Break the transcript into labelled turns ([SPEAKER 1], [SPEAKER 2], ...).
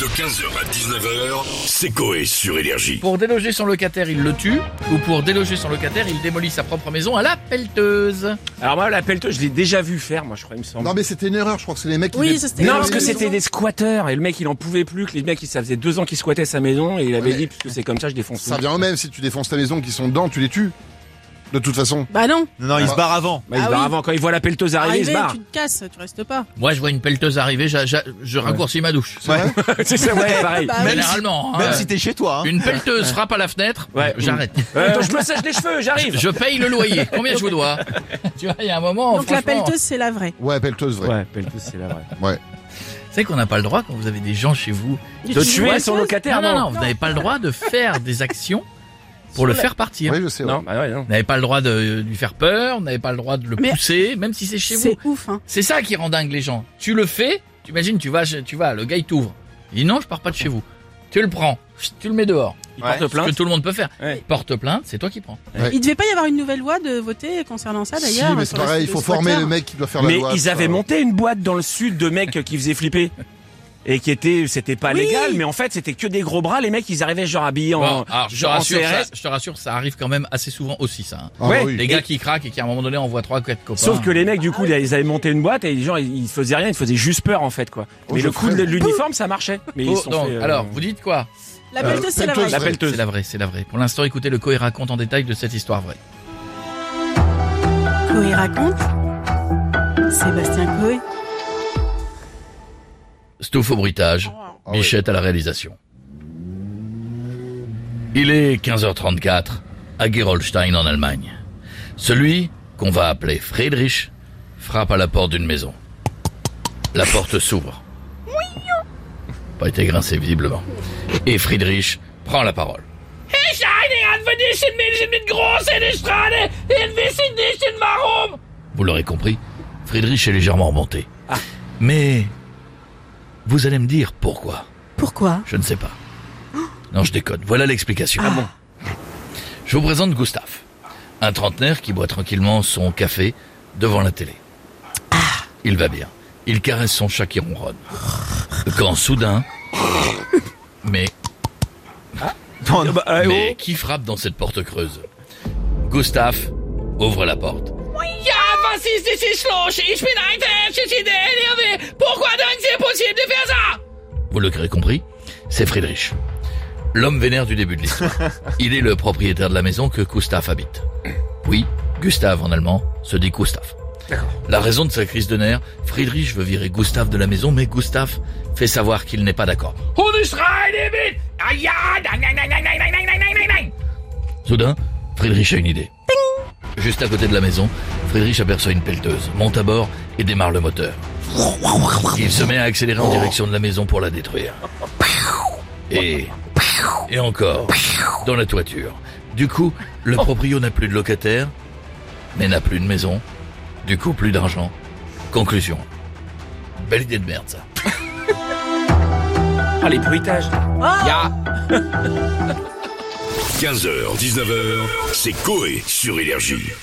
[SPEAKER 1] De 15h à 19h, c'est Coé sur Énergie.
[SPEAKER 2] Pour déloger son locataire, il le tue. Ou pour déloger son locataire, il démolit sa propre maison à la pelleteuse.
[SPEAKER 3] Alors moi, la pelleteuse, je l'ai déjà vu faire, moi, je crois, il me semble.
[SPEAKER 4] Non mais c'était une erreur, je crois que c'est les mecs qui
[SPEAKER 5] Oui,
[SPEAKER 4] mettent-
[SPEAKER 5] ça, c'était-
[SPEAKER 3] Non, parce que
[SPEAKER 5] Oui,
[SPEAKER 3] c'était
[SPEAKER 5] oui.
[SPEAKER 3] des squatteurs et le mec il en pouvait plus que les mecs ça faisait deux ans qu'ils squattaient sa maison et il avait
[SPEAKER 4] Ouais.
[SPEAKER 3] dit puisque c'est comme ça je défonce
[SPEAKER 4] Ça
[SPEAKER 3] tout.
[SPEAKER 4] vient au même, si tu défonces ta maison qui sont dedans, tu les tues. De toute façon.
[SPEAKER 5] Bah non,
[SPEAKER 6] Non, non, il se barre avant.
[SPEAKER 3] Bah, il
[SPEAKER 5] Ah
[SPEAKER 3] se barre
[SPEAKER 5] oui.
[SPEAKER 3] avant quand il voit la pelleteuse
[SPEAKER 4] Ah,
[SPEAKER 3] arriver, il se
[SPEAKER 5] arrivé,
[SPEAKER 3] barre.
[SPEAKER 5] tu te casses, tu restes pas.
[SPEAKER 2] Moi, je vois une pelleteuse arriver, j'a- j'a- je raccourcis ma douche.
[SPEAKER 4] C'est vrai
[SPEAKER 3] c'est ça, ouais, pareil.
[SPEAKER 5] Bah oui.
[SPEAKER 2] Généralement. hein.
[SPEAKER 6] Même si t'es chez toi. hein.
[SPEAKER 2] Une pelleteuse frappe à la fenêtre,
[SPEAKER 3] Ouais.
[SPEAKER 2] j'arrête.
[SPEAKER 3] Euh, attends, je me sèche les cheveux, j'arrive.
[SPEAKER 2] Je paye le loyer. Combien je vous dois Tu vois, il y a un moment.
[SPEAKER 4] Oh,
[SPEAKER 5] Donc la
[SPEAKER 2] franchement,
[SPEAKER 5] pelleteuse, c'est la vraie.
[SPEAKER 4] Ouais, pelleteuse, vrai.
[SPEAKER 3] Ouais, pelleteuse c'est la vraie.
[SPEAKER 2] Tu sais qu'on n'a pas le droit quand vous avez des gens chez vous.
[SPEAKER 3] De tuer son locataire,
[SPEAKER 2] non, non,
[SPEAKER 3] non.
[SPEAKER 2] non, vous n'avez pas le droit de faire des actions pour le faire partir.
[SPEAKER 4] Oui, je sais. ouais.
[SPEAKER 3] Non, bah ouais, non.
[SPEAKER 2] Vous n'avez pas le droit de lui faire peur, vous n'avez pas le droit de le
[SPEAKER 5] Mais-
[SPEAKER 2] pousser, même si c'est chez vous.
[SPEAKER 5] C'est ouf, hein.
[SPEAKER 2] C'est ça qui rend dingue les gens. Tu le fais, tu imagines, tu vas, tu vas, le gars il t'ouvre. Il dit non, je pars pas de chez vous. Tu le prends, tu le mets dehors.
[SPEAKER 3] Il
[SPEAKER 6] Ouais.
[SPEAKER 3] porte
[SPEAKER 2] Ce que
[SPEAKER 3] plainte.
[SPEAKER 2] tout le monde peut faire.
[SPEAKER 3] Ouais.
[SPEAKER 2] Porte plainte, c'est toi qui prends.
[SPEAKER 4] Ouais.
[SPEAKER 5] Il devait pas y avoir une nouvelle loi de voter concernant ça
[SPEAKER 4] Si,
[SPEAKER 5] d'ailleurs. hein,
[SPEAKER 4] mais
[SPEAKER 5] sur
[SPEAKER 4] c'est
[SPEAKER 5] le-
[SPEAKER 4] pareil, il faut former
[SPEAKER 5] squatter.
[SPEAKER 4] le mec qui doit faire la euh.
[SPEAKER 3] Mais
[SPEAKER 4] loi. Ah,
[SPEAKER 3] ils
[SPEAKER 4] ça.
[SPEAKER 3] avaient monté une boîte dans le sud de mecs qui faisaient flipper. Et qui était, c'était pas
[SPEAKER 5] Oui.
[SPEAKER 3] légal, mais en fait, c'était que des gros bras. Les mecs, ils arrivaient genre habillés en,
[SPEAKER 2] Bon, alors, je te,
[SPEAKER 3] genre en
[SPEAKER 2] rassure, ça,
[SPEAKER 3] CRS.
[SPEAKER 2] je te rassure, ça arrive quand même assez souvent aussi ça. hein.
[SPEAKER 4] Ah,
[SPEAKER 3] Ouais,
[SPEAKER 4] oui.
[SPEAKER 2] Les gars qui craquent et qui à un moment donné envoient trois quatre copains.
[SPEAKER 3] Sauf que les mecs, du coup, ils avaient monté une boîte et les gens, ils ils faisaient rien, ils faisaient juste peur, en fait, quoi.
[SPEAKER 4] Oh,
[SPEAKER 3] Mais
[SPEAKER 4] je
[SPEAKER 3] le coup de
[SPEAKER 4] ferais-
[SPEAKER 3] l'uniforme, ça marchait. Mais ils
[SPEAKER 2] Oh,
[SPEAKER 3] se sont
[SPEAKER 2] donc,
[SPEAKER 3] fait, euh,
[SPEAKER 2] alors, vous dites quoi
[SPEAKER 5] La pelleteuse, c'est la vraie.
[SPEAKER 4] Pelleteuse,
[SPEAKER 3] la
[SPEAKER 4] vrai.
[SPEAKER 2] C'est
[SPEAKER 3] pelleteuse.
[SPEAKER 2] la vraie, c'est la vraie. Pour l'instant, écoutez le Coé raconte en détail de cette histoire vraie.
[SPEAKER 5] Coé raconte. Sébastien Coé.
[SPEAKER 2] Stouff au bruitage,
[SPEAKER 4] Ah ouais.
[SPEAKER 2] Bichette à la réalisation. Il est 15h34 à Gerolstein en Allemagne. Celui qu'on va appeler Friedrich frappe à la porte d'une maison. La porte s'ouvre. Pas été grincé visiblement. Et Friedrich prend la parole. Vous l'aurez compris, Friedrich est légèrement remonté. Mais vous allez me dire pourquoi.
[SPEAKER 5] Pourquoi
[SPEAKER 2] Je ne sais pas. Non, je déconne. Voilà l'explication. Je vous présente Gustave, un trentenaire qui boit tranquillement son café devant la télé. Il va bien. Il caresse son chat qui ronronne. Quand soudain, mais,
[SPEAKER 6] Non, non.
[SPEAKER 3] Bah, euh,
[SPEAKER 2] mais qui frappe dans cette porte creuse Gustave ouvre la porte. Vous l'aurez compris, c'est Friedrich. L'homme vénère du début de l'histoire. Il est le propriétaire de la maison que Gustave habite. Oui, Gustave en allemand se dit Gustave. La raison de sa crise de nerfs, Friedrich veut virer Gustave de la maison, mais Gustave fait savoir qu'il n'est pas d'accord. Soudain, Friedrich a une idée. Juste à côté de la maison, Friedrich aperçoit une pelleteuse, monte à bord et démarre le moteur. Il se met à accélérer en direction de la maison pour la détruire. Et... Et encore, dans la toiture. Du coup, le proprio n'a plus de locataire, mais n'a plus de maison. Du coup, plus d'argent. Conclusion. Belle idée de merde, ça.
[SPEAKER 3] Ah, les bruitages.
[SPEAKER 1] 15h, 19h, c'est Coé sur Énergie.